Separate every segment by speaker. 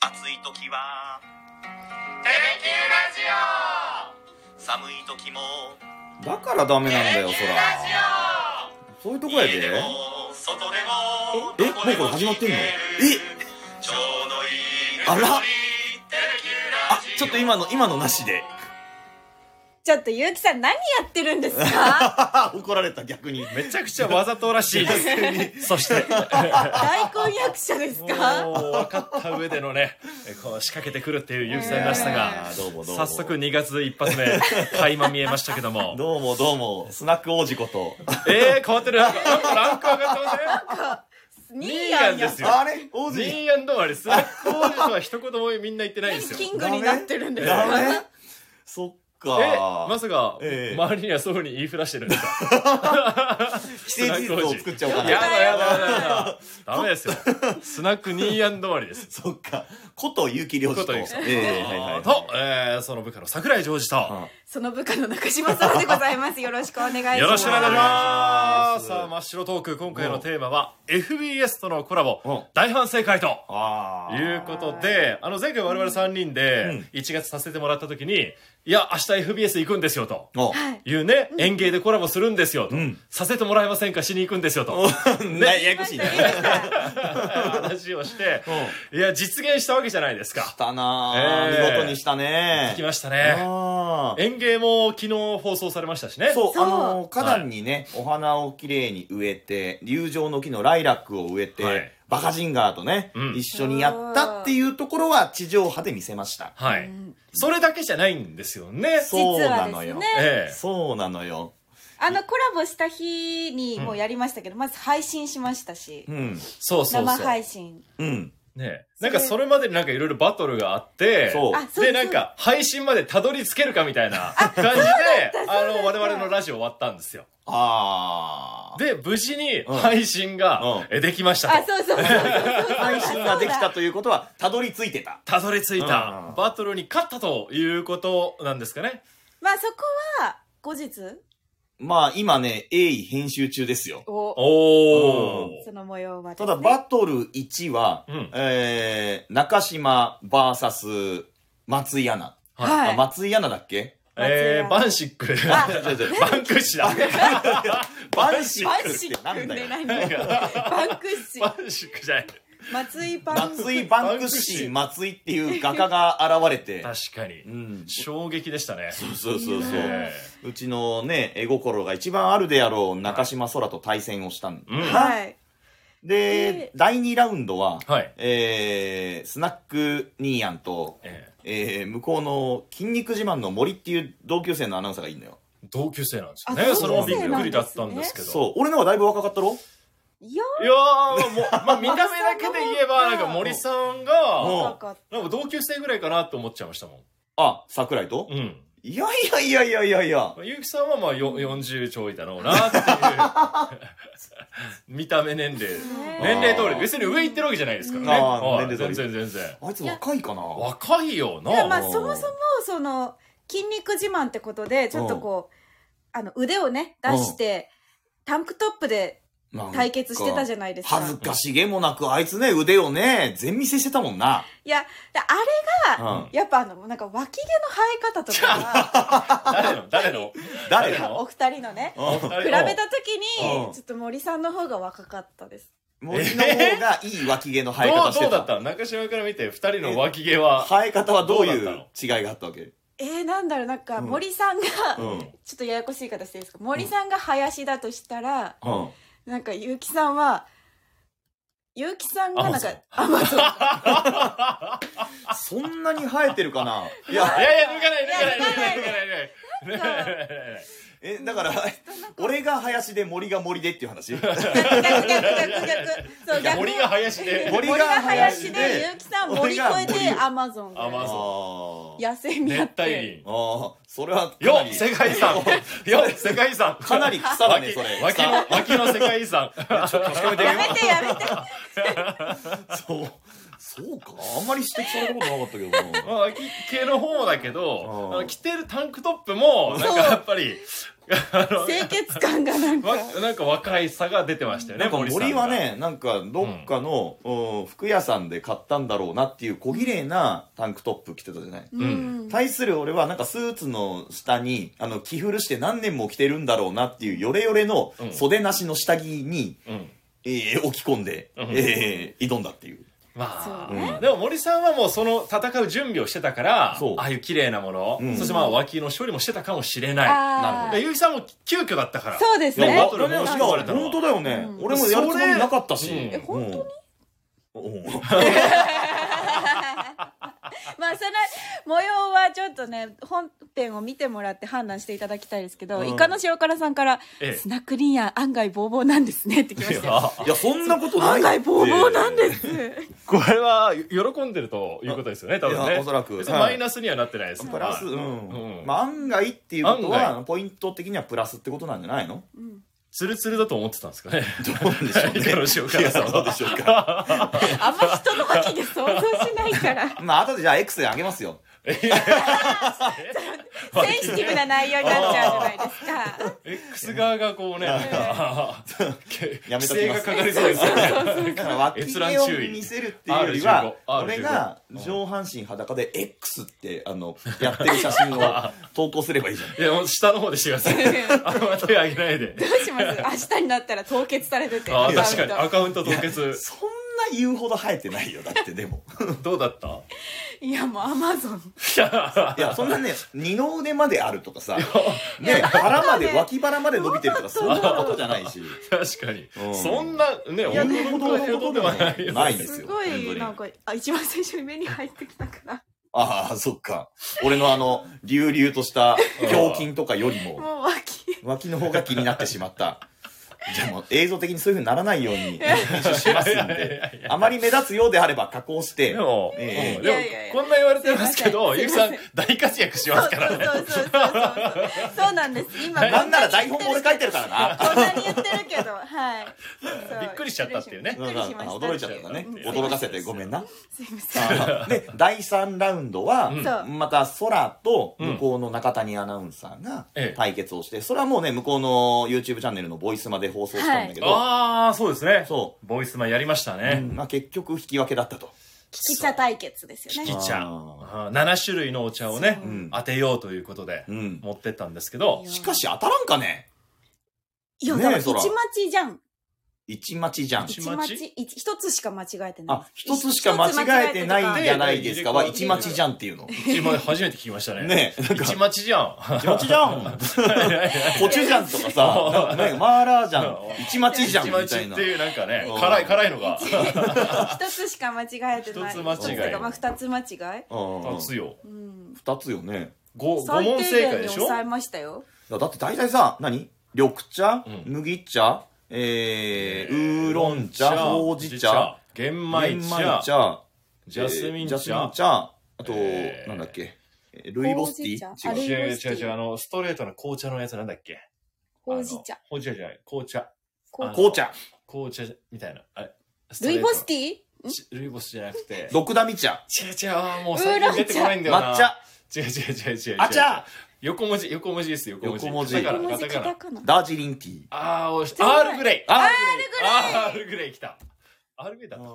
Speaker 1: 暑い時は
Speaker 2: テレキュー
Speaker 1: 寒い時も
Speaker 3: だからダメなん
Speaker 2: ラジオ
Speaker 3: だよそら
Speaker 2: ラ
Speaker 3: そういうとこや
Speaker 1: 家で
Speaker 3: で
Speaker 1: も外でも
Speaker 3: え
Speaker 1: どこで
Speaker 3: もうこれ始まってんの
Speaker 1: 聞けるちょうどいい
Speaker 3: あら
Speaker 1: テレキュー
Speaker 3: あ
Speaker 1: ラジオ
Speaker 3: ちょっと今の今のなしで
Speaker 4: ちょっと結城さん何やってるんで すか
Speaker 3: 怒られた逆に
Speaker 5: めちゃくちゃわざとらし いです。そして、
Speaker 4: 大根役者ですか
Speaker 5: もう分かった上でのね、えこう仕掛けてくるっていう結城さんらしさ
Speaker 3: あ
Speaker 5: が
Speaker 3: ー、どうもどうも
Speaker 5: 早速2月一発目、 垣間見えましたけども。
Speaker 3: どうもどうもスナック王子こと
Speaker 5: えー、変わってる。なんかランク上がってま
Speaker 4: ニ
Speaker 5: せん
Speaker 4: ー
Speaker 5: ニー
Speaker 4: ヤ
Speaker 5: ヤ
Speaker 4: ン
Speaker 5: ン
Speaker 4: や
Speaker 5: で
Speaker 4: っ
Speaker 5: すよ。
Speaker 3: あれ王
Speaker 5: ニ
Speaker 3: 子
Speaker 5: ーヤン止まり、スナック王子とは一言もみんな言ってないんですよ。
Speaker 4: キングになってるんです
Speaker 3: ダ
Speaker 4: か
Speaker 3: メそっ
Speaker 5: え、
Speaker 3: か
Speaker 5: まさか、
Speaker 3: ええ
Speaker 5: 周りにはそういうふうに言いふらしてるんですか
Speaker 3: 既成事実を作っちゃおう
Speaker 5: や
Speaker 3: か
Speaker 5: だ
Speaker 3: な
Speaker 5: やだやだやだ。ダメですよ。スナックニーヤン止まりです。
Speaker 3: そっかこと結城良
Speaker 5: こ
Speaker 3: 二
Speaker 5: と
Speaker 3: と
Speaker 5: 言うさん
Speaker 3: ええはいはいはい
Speaker 5: と、えーその部下の桜井ジョージと、
Speaker 3: うん
Speaker 4: その部下の中島さんでございますよろしくお願いします
Speaker 5: よろしくお願いし
Speaker 3: お願
Speaker 5: ま
Speaker 3: いします
Speaker 5: す。さあ、真っ白トーク、今回のテーマは、FBS とのコラボ
Speaker 3: うん、
Speaker 5: 大反省会と。
Speaker 3: ああ
Speaker 5: いうことで、あの、前回我々3人で、1月させてもらった時に、いや、明日 FBS 行くんですよ、と。
Speaker 3: お
Speaker 5: いうね、園芸でコラボするんですよ、と
Speaker 3: ん。
Speaker 5: させてもらえませんか、しに行くんですよ、と。
Speaker 3: なややこしいね
Speaker 4: 言いました言いました
Speaker 5: 話をして、いや、実現したわけじゃないです
Speaker 3: し
Speaker 5: か。
Speaker 3: たなあ
Speaker 5: え
Speaker 3: 見
Speaker 5: え
Speaker 3: 事にしたね
Speaker 5: 聞きましたね。
Speaker 3: あー
Speaker 5: 園芸も昨日放送されましたしね。
Speaker 3: そう、
Speaker 4: そう
Speaker 3: あの、花壇にね、お花をきれいに植えて、友情の木のライラックを植えて、
Speaker 5: はい
Speaker 3: バカジンガーとね、
Speaker 5: うん
Speaker 3: 一緒にやったっていうところは地上波で見せました。
Speaker 5: はい。それだけじゃないんですよね。
Speaker 3: そうなの
Speaker 4: 実
Speaker 3: よ
Speaker 4: はで。すね
Speaker 5: ええ。
Speaker 3: そうなのよ。
Speaker 4: あのコラボした日にもうやりましたけど、まず配信しましたし、
Speaker 3: うん。
Speaker 5: そうそうそう。
Speaker 4: 生配信
Speaker 3: うん。
Speaker 5: ねえなんかそれまでになんかいろいろバトルがあって、
Speaker 3: そう
Speaker 4: あそう
Speaker 5: で、
Speaker 4: です
Speaker 5: なんか配信までたどり着けるかみたいな感じで、あの、我々のラジオ終わったんですよ。
Speaker 3: あー。
Speaker 5: で、無事に
Speaker 3: うん
Speaker 5: 配信
Speaker 3: うん
Speaker 5: がえできました
Speaker 4: あ
Speaker 5: と。
Speaker 4: そうそうそうそう
Speaker 3: 配信ができ
Speaker 4: あそう
Speaker 3: た
Speaker 4: だ
Speaker 3: ということは、たどり着いてた。
Speaker 5: たどり着い
Speaker 3: うん
Speaker 5: たバトルに勝ったということなんですかね。
Speaker 4: まあそこは後日
Speaker 3: まあ、今ね、鋭意編集中ですよ。
Speaker 4: お
Speaker 5: おー。
Speaker 4: その模様はです
Speaker 3: た
Speaker 4: ね
Speaker 3: だ、バトル1は、
Speaker 5: うん
Speaker 3: えー、中島 VS 松井アナ。
Speaker 4: はい
Speaker 3: あ松井アナだっけ
Speaker 5: えー、バンシック。
Speaker 4: あ
Speaker 3: 違う違う違う
Speaker 5: バンクッシュだ。
Speaker 3: バンシ
Speaker 4: バ
Speaker 3: ック
Speaker 4: ンシ
Speaker 3: っ
Speaker 4: ッ
Speaker 3: てなん
Speaker 4: ク
Speaker 3: だ
Speaker 4: で
Speaker 3: よ。
Speaker 4: 何バンクッシー
Speaker 5: バンシックじゃない。
Speaker 4: 松井バン
Speaker 3: 松井バンクシー松井っていう画家が現れて。
Speaker 5: 確か
Speaker 3: う
Speaker 5: に。
Speaker 3: ん。
Speaker 5: 衝撃でしたね。
Speaker 3: そうそうそう。
Speaker 5: え
Speaker 3: うちのね、絵心が一番あるであろう中島空と対戦をしたん
Speaker 5: えうん。
Speaker 4: はい
Speaker 3: で
Speaker 4: で、
Speaker 3: 第2ラウンドは、
Speaker 5: はい。
Speaker 3: えー、スナックニーヤンと、
Speaker 5: え
Speaker 3: えー、向こうの筋肉自慢の森っていう同級生のアナウンサーがいるのよ。
Speaker 5: ー同級生なんですよ
Speaker 4: あ
Speaker 5: ね。それ
Speaker 3: 同
Speaker 5: も
Speaker 3: 級
Speaker 5: び
Speaker 3: 生なんです
Speaker 5: っ
Speaker 3: ね
Speaker 5: くりだったんですけど。
Speaker 3: そう、俺の方がだいぶ若かったろ
Speaker 4: いや
Speaker 5: いやー、もう、まあ、見た目だけで言えば、なんか森さん
Speaker 3: うん
Speaker 5: が、
Speaker 4: 若かっ
Speaker 5: なんか同級生ぐらいかなと思っちゃいましたも
Speaker 3: あ、桜井と
Speaker 5: ん。うん。
Speaker 3: いやいやいやいやいやいや。
Speaker 5: ゆうきさんはまあ、よ40ちょいだろう なっていう、見た目年齢。
Speaker 4: たね
Speaker 5: 年齢通り。別に上行ってるわけじゃないですからね。
Speaker 3: あー
Speaker 5: はい
Speaker 3: 年齢通り
Speaker 5: 全然全然。
Speaker 3: あいつ若いかな
Speaker 5: 若いよ
Speaker 4: いやま
Speaker 5: な。
Speaker 4: あそもそもその筋肉自慢ってことでちょっとこうあの腕をね出してタンクトップで対決してたじ
Speaker 3: ゃ
Speaker 4: ゃないですか
Speaker 3: 恥ずかしげもなく、あいつね、腕をね、全見せしてたもんな。
Speaker 4: いやであれが、
Speaker 3: うん
Speaker 4: やっぱあのなんか脇毛の生え方とか
Speaker 5: 誰の誰の
Speaker 3: 誰だ
Speaker 5: 誰
Speaker 4: が
Speaker 5: の
Speaker 4: お二人のね
Speaker 3: うん
Speaker 4: 比べた時に、
Speaker 3: うん
Speaker 4: ちょっと森さんの方が若かったです
Speaker 3: 森の方がいい脇毛の生え
Speaker 5: ど
Speaker 3: 方
Speaker 5: う
Speaker 3: して
Speaker 5: どうだ
Speaker 3: た。
Speaker 5: った中島から見て、二人の脇毛は。
Speaker 3: 生え方はどうい
Speaker 5: どうだ
Speaker 3: う違いがあったわけ
Speaker 4: えー、なんだろうなんか
Speaker 3: うん
Speaker 4: 森さんが、
Speaker 3: うん
Speaker 4: ちょっとややこしい形ですけど森さんが林だとしたら、
Speaker 3: うん。
Speaker 4: なんか結城さんは結城さんがなんか
Speaker 3: そんなに生えてるかない
Speaker 5: いや
Speaker 3: や、
Speaker 5: いや、抜かない、抜かない、抜かない、抜かない抜かない。
Speaker 3: え、だから、俺が林で森が森でっていう話
Speaker 4: 逆逆逆逆逆そう
Speaker 5: いや
Speaker 4: 逆
Speaker 5: 森が林で。
Speaker 3: 森
Speaker 4: 森
Speaker 3: が
Speaker 4: が
Speaker 3: 林
Speaker 4: 林
Speaker 3: で
Speaker 4: で結城さん森越え
Speaker 3: 俺が
Speaker 4: て
Speaker 3: 森
Speaker 4: アマゾン
Speaker 5: アマ
Speaker 3: あ
Speaker 5: ゾ
Speaker 3: ー
Speaker 4: 野生に
Speaker 5: 熱
Speaker 4: なって
Speaker 5: 帯林。
Speaker 3: あー、それはかな
Speaker 5: よ
Speaker 3: り、
Speaker 5: 世界遺産よ世界遺産
Speaker 3: かなり草だね、それ。
Speaker 5: 脇の、 脇の世界遺産。
Speaker 3: ちょっと確かめてみ
Speaker 4: や
Speaker 3: よ
Speaker 4: めてやめて
Speaker 3: う。そう。そうかあんまり指摘されたことなかったけどな
Speaker 5: まあ、系の方だけど
Speaker 3: あー
Speaker 5: あの着てるタンクトップもなんかやっぱりあの
Speaker 4: 清潔感がなんか
Speaker 5: わなんか若いさが出てましたよね
Speaker 3: なんか
Speaker 5: さんが
Speaker 3: 森はねなんかどっかの、うん服屋さんで買ったんだろうなっていう小綺麗なタンクトップ着てたじゃない、
Speaker 4: うん
Speaker 3: 対する俺はなんかスーツの下にあの着古して何年も着てるんだろうなっていうヨレヨレの
Speaker 5: うん
Speaker 3: 袖なしの下着に、
Speaker 5: うん
Speaker 3: えー置き込んで、
Speaker 5: うん
Speaker 3: えー挑んだっていう
Speaker 5: まあ、
Speaker 4: そう
Speaker 3: ね
Speaker 5: でも森さんはもうその戦う準備をしてたから
Speaker 3: そう
Speaker 5: ああいう綺麗なもの、
Speaker 3: うん
Speaker 5: そしてまあ脇の処理もしてたかもしれない
Speaker 4: あ
Speaker 3: な
Speaker 4: ー
Speaker 5: で結城さんも急遽だったから
Speaker 4: そうです
Speaker 5: い
Speaker 4: ね
Speaker 5: やバトルも
Speaker 3: いや
Speaker 5: 仕込まれたの
Speaker 3: 本当だよね、
Speaker 4: うん
Speaker 3: 俺もやるつもりなかったし
Speaker 5: それえ
Speaker 4: 本当に
Speaker 3: うんうん
Speaker 4: まあその模様はちょっとね本編を見てもらって判断していただきたいですけど、
Speaker 3: うん
Speaker 4: イカの塩辛さんから、
Speaker 5: ええ
Speaker 4: スナックリンヤー案外ボーボーなんですね」ってきましたよ
Speaker 3: いやそんなことない
Speaker 4: 案外ボーボーなんです、
Speaker 5: これは喜んでるということですよね多分
Speaker 3: い
Speaker 5: ね
Speaker 3: やおそらく
Speaker 5: 別にマイナスにはなってないです
Speaker 3: プラス、
Speaker 5: はい
Speaker 3: うん
Speaker 5: うん
Speaker 3: まあ、案外っていうこと
Speaker 5: 案
Speaker 3: はポイント的にはプラスってことなんじゃないの
Speaker 4: うん
Speaker 5: ツルツルだと思ってたんですかね
Speaker 3: どうでしょう
Speaker 5: いかの塩辛さん
Speaker 3: いやどうでしょうか
Speaker 4: あんま人の吐きで想像しないから
Speaker 3: まあ後でじゃあ X であげますよ
Speaker 4: センシティブな内容になっちゃうじゃないですか
Speaker 5: X 側がこうね、なんか
Speaker 3: やめ
Speaker 5: 規
Speaker 3: とき
Speaker 5: 制
Speaker 3: ま
Speaker 5: が
Speaker 3: す
Speaker 5: かかりそうですよね。
Speaker 3: だから脇毛を見せるっていうよりは
Speaker 5: R15
Speaker 3: 俺が上半身裸で X ってあのやってる写真を投稿すればいい じゃん
Speaker 5: いや、もう下の方でしてく ださい。 あんま手上げないで。
Speaker 4: どうします明日になったら凍結されてて
Speaker 5: ああ、
Speaker 4: アカウン
Speaker 5: 確かに。
Speaker 4: ト
Speaker 5: アカウント凍結。
Speaker 3: そんな言うほど生えてないよだってで も
Speaker 5: どうだったい
Speaker 4: いやもうアマゾン
Speaker 5: や、
Speaker 3: いやそんなね二の腕まであるとかさ、ね、腹まで脇腹まで伸びてるとかそんなことじゃないし
Speaker 5: 確かに
Speaker 3: う。ん
Speaker 5: そんな、ね、
Speaker 3: いや
Speaker 5: 驚くほどではないよ。
Speaker 3: ないんです
Speaker 4: す
Speaker 3: よ
Speaker 4: ご
Speaker 3: 本当
Speaker 4: い
Speaker 3: に
Speaker 4: なんかあ一番最初に目に入ってき たから
Speaker 3: ああ、そっか。俺のあの、隆々とした胸筋とかよりも、
Speaker 4: もう脇
Speaker 3: 脇の方が気になってしま った。でも、映像的にそういう風にならないように編集しますんで、あまり目立つようであれば加工して
Speaker 5: で、も、うん
Speaker 3: ええ
Speaker 5: で
Speaker 4: いやいやいや
Speaker 5: もこんな言われてますけど、
Speaker 4: すい
Speaker 5: ゆ
Speaker 4: ま
Speaker 5: き
Speaker 4: せ
Speaker 5: さ
Speaker 4: ん
Speaker 5: ん大活躍しますからね。
Speaker 4: そうそうそうそうそうそうなんです今
Speaker 3: なんなら台本も俺書いてるからな。
Speaker 4: こんなに言ってるけどはいそう
Speaker 5: びっくりしちゃったっていうね
Speaker 4: びっくりしました
Speaker 3: 驚いちゃったんだね
Speaker 4: うん。
Speaker 3: 驚かせてごめんな。
Speaker 4: すいません
Speaker 3: ああで、第3ラウンドは
Speaker 5: ん、
Speaker 4: そう
Speaker 3: また空と向こうの中谷アナウンサーが
Speaker 5: ええ
Speaker 3: 対決をして、それはもうね、向こうの YouTube チャンネルのボイスまで放送したんだけど、
Speaker 5: ああ、そうですね。
Speaker 3: そ
Speaker 5: ボイスマンやりました
Speaker 3: う
Speaker 5: ね。
Speaker 3: まあ結局引き分けだったと。
Speaker 4: 聞き茶対決ですよ
Speaker 5: 利
Speaker 4: ね
Speaker 5: き茶
Speaker 3: あ
Speaker 5: あー7種類のお茶をね、
Speaker 3: うん
Speaker 5: 当てようということで、
Speaker 3: うん
Speaker 5: 持ってったんですけど
Speaker 4: いや
Speaker 3: しかし当たらんかね
Speaker 4: いや
Speaker 3: ねえ
Speaker 4: だから一
Speaker 3: そら
Speaker 4: 待ちじゃん
Speaker 3: 一待ちじゃん。
Speaker 5: 一
Speaker 4: 一
Speaker 5: 待
Speaker 4: 待
Speaker 5: ち
Speaker 4: ち一一つしか間違えてない
Speaker 3: あ、一つしか間違えてないんじゃないですかは、
Speaker 5: 一
Speaker 3: 一
Speaker 5: 待
Speaker 3: 待
Speaker 5: ち
Speaker 3: ち
Speaker 5: じ
Speaker 3: じゃんっていうの。
Speaker 5: 一番初めて聞きましたね
Speaker 3: ねえなんか
Speaker 5: 一待ち じゃん
Speaker 3: 一待ちじゃんコチュジャンとかさ、なんかね、マーラーじゃん、一待ちじゃん
Speaker 5: 一
Speaker 3: み
Speaker 5: 待ち
Speaker 3: たい
Speaker 5: っ
Speaker 3: な
Speaker 5: て。いうなんかね
Speaker 3: うん
Speaker 5: 辛い辛いのが
Speaker 4: 一つしか間違えてない
Speaker 5: 一つ間
Speaker 3: 違い
Speaker 4: まあ二つ間違い
Speaker 3: うん
Speaker 5: 熱いよ
Speaker 4: うん
Speaker 3: 二つよね。
Speaker 5: 五五
Speaker 4: 最
Speaker 5: 問
Speaker 4: 低
Speaker 5: 正
Speaker 4: 限
Speaker 5: 解
Speaker 4: に
Speaker 5: でしょ
Speaker 4: 抑えましたよ
Speaker 3: いやだって大体さ、何緑茶
Speaker 5: うん、
Speaker 3: 麦茶、えー、ウーロン茶、ほうじ茶、
Speaker 5: 玄米
Speaker 3: 玄米
Speaker 5: 茶
Speaker 3: 茶、
Speaker 5: ジャスミン茶
Speaker 3: えージャスミン茶、あと
Speaker 5: え、ー
Speaker 3: なんだっけ、えールイボスティ
Speaker 4: ほうじ
Speaker 3: ー違う
Speaker 4: 茶あ。れ
Speaker 5: 違う違う違うあのストレートの紅茶のやつなんだっけ
Speaker 4: ほうじ茶
Speaker 5: あのほうじ茶じゃない紅茶
Speaker 4: こう
Speaker 5: あの
Speaker 3: 紅茶、
Speaker 5: 紅茶みたいなあれスト
Speaker 4: ル
Speaker 5: レー
Speaker 4: イ
Speaker 5: ト
Speaker 4: ボスティー
Speaker 5: ちルイボスじゃなくて
Speaker 3: ドクダミ茶、
Speaker 5: 違う違うあーもう最近出てこないんだよな
Speaker 3: 抹茶、
Speaker 5: 違う違う違う違う違う
Speaker 3: あちゃ
Speaker 5: 横文字横文字です横文字
Speaker 3: 横文字
Speaker 5: だか
Speaker 4: 小
Speaker 5: ら
Speaker 4: 文字カ
Speaker 5: カタカナ
Speaker 4: タカナ
Speaker 3: ダージリンティー。
Speaker 5: あーおし
Speaker 4: 全部
Speaker 5: アールグレイ
Speaker 3: あ
Speaker 5: アールグレイ来たアールグレイだった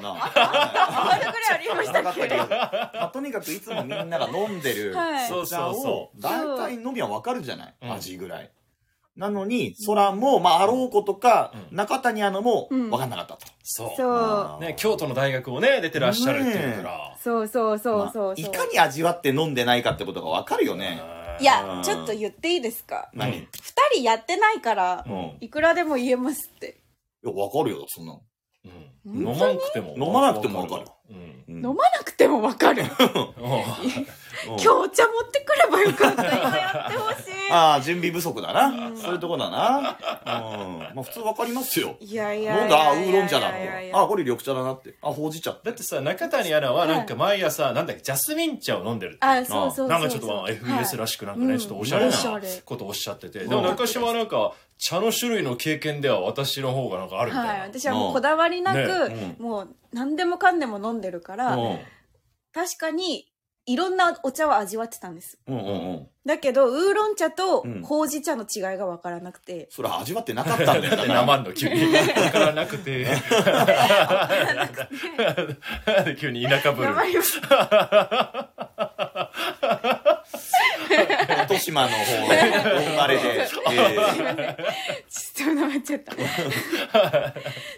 Speaker 3: かな。
Speaker 4: あれぐらいありましたっけ
Speaker 3: まあとにかくいつもみんなが飲んでる
Speaker 4: はい
Speaker 5: そう
Speaker 3: お茶
Speaker 5: そうそ
Speaker 3: を大体飲みはわかるじゃない
Speaker 5: うん
Speaker 3: 味ぐらい。なのに空もまああろうことか
Speaker 5: うん
Speaker 3: 中谷アナも
Speaker 4: うん
Speaker 3: わかんなかったと。
Speaker 5: そう
Speaker 4: そう
Speaker 5: ね京都の大学をね出てらっしゃるっていうか
Speaker 4: そうそうそうそうそう、
Speaker 3: まあいかに味わって飲んでないかってことがわかるよね。
Speaker 5: ら
Speaker 4: いやちょっと言っていいですか
Speaker 5: ん
Speaker 3: 何？
Speaker 4: 二人やってないから
Speaker 3: うん。い
Speaker 4: いくらでも言えますって
Speaker 3: やわかるよそんなの。
Speaker 5: うん
Speaker 4: 本当に
Speaker 5: 飲まなくても
Speaker 3: 飲まなくてもわかる
Speaker 5: うん
Speaker 3: うん
Speaker 4: 飲まなくてもわかる
Speaker 5: うん
Speaker 3: うん
Speaker 4: 今日お茶持ってくればよかった今やってほし
Speaker 3: ああ準備不足だな、そういうとこだな、うんまあ、普通わかりますよ
Speaker 4: いいやいや
Speaker 3: 飲ん
Speaker 4: いやい
Speaker 3: だあウ
Speaker 4: や
Speaker 3: ーロン茶だみ
Speaker 4: いや
Speaker 3: た
Speaker 4: い
Speaker 3: い
Speaker 4: や
Speaker 3: なあこれ緑茶だなってあほうじ茶
Speaker 5: だってさ中谷アナはなんか毎朝なんだっけジャスミン茶を飲んでるって
Speaker 4: あそうそうそう
Speaker 5: なんかちょっとまあ FBS らしくなんかね、
Speaker 4: うん
Speaker 5: ちょっとおしゃれな
Speaker 4: おしゃれ
Speaker 5: ことをおっしゃってて、
Speaker 3: ん
Speaker 5: でも中島はなんか茶の種類の経験では私の方がなんかあるみたいな、
Speaker 4: はい、私はもうこだわりなく、
Speaker 3: ね
Speaker 4: もう何でもかんでも飲んでるから、
Speaker 3: うん
Speaker 4: 確かにいろんなお茶を味わってたんです
Speaker 3: うんうんうん
Speaker 4: だけどウーロン茶と
Speaker 3: うん
Speaker 4: ほうじ茶の違いが分からなくて、
Speaker 3: それ味わってなかったんだよ
Speaker 5: だ
Speaker 3: だ
Speaker 5: っ
Speaker 3: か
Speaker 5: て
Speaker 3: ら
Speaker 5: 生の急に分からなくて 急に田舎ぶる
Speaker 4: やばいよ
Speaker 3: 糸島の方 のお 生まれで、え
Speaker 4: ちょっとなっちゃ った。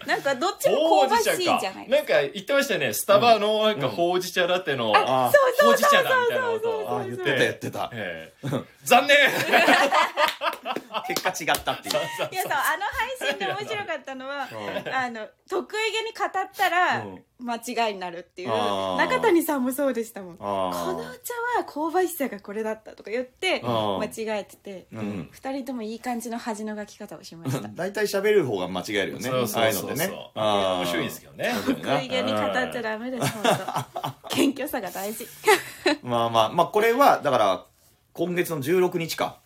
Speaker 4: なんかどっちも
Speaker 5: ほう
Speaker 4: 香ば
Speaker 5: じ
Speaker 4: し
Speaker 5: 茶
Speaker 4: いじ
Speaker 5: か
Speaker 4: ゃない。
Speaker 5: なんか言ってましたよねスタバのなんかほうじ茶ラテの、
Speaker 3: ー
Speaker 5: ほ
Speaker 3: あ
Speaker 5: うじ茶だみたいなこと
Speaker 3: ーあ
Speaker 5: を
Speaker 3: ー言ってた言ってた
Speaker 5: ええ残念
Speaker 3: 結果違ったっていう
Speaker 4: いやそうあの配信で面白かったのは
Speaker 3: う
Speaker 4: あの得意げに語ったら
Speaker 3: うん
Speaker 4: 間違いになるっていう
Speaker 3: あー
Speaker 4: 中谷さんもそうでしたもんこのお
Speaker 3: あ
Speaker 4: 茶は香ばしさがこれだったとか言って
Speaker 3: あ
Speaker 4: 間違えてて
Speaker 3: うん
Speaker 4: 二人ともいい感じの恥の書き方をしました
Speaker 3: ー大体喋る方が間違えるよね
Speaker 5: そう
Speaker 3: ああ
Speaker 5: そう
Speaker 3: いうの
Speaker 5: そ
Speaker 3: で
Speaker 5: う
Speaker 3: ね
Speaker 5: そう面白いですけどね
Speaker 3: そうだ
Speaker 4: 得
Speaker 3: よ
Speaker 4: 意げに語っちゃダメです本当謙虚さが大事
Speaker 3: なまあまあまあこれはだから今月の16日か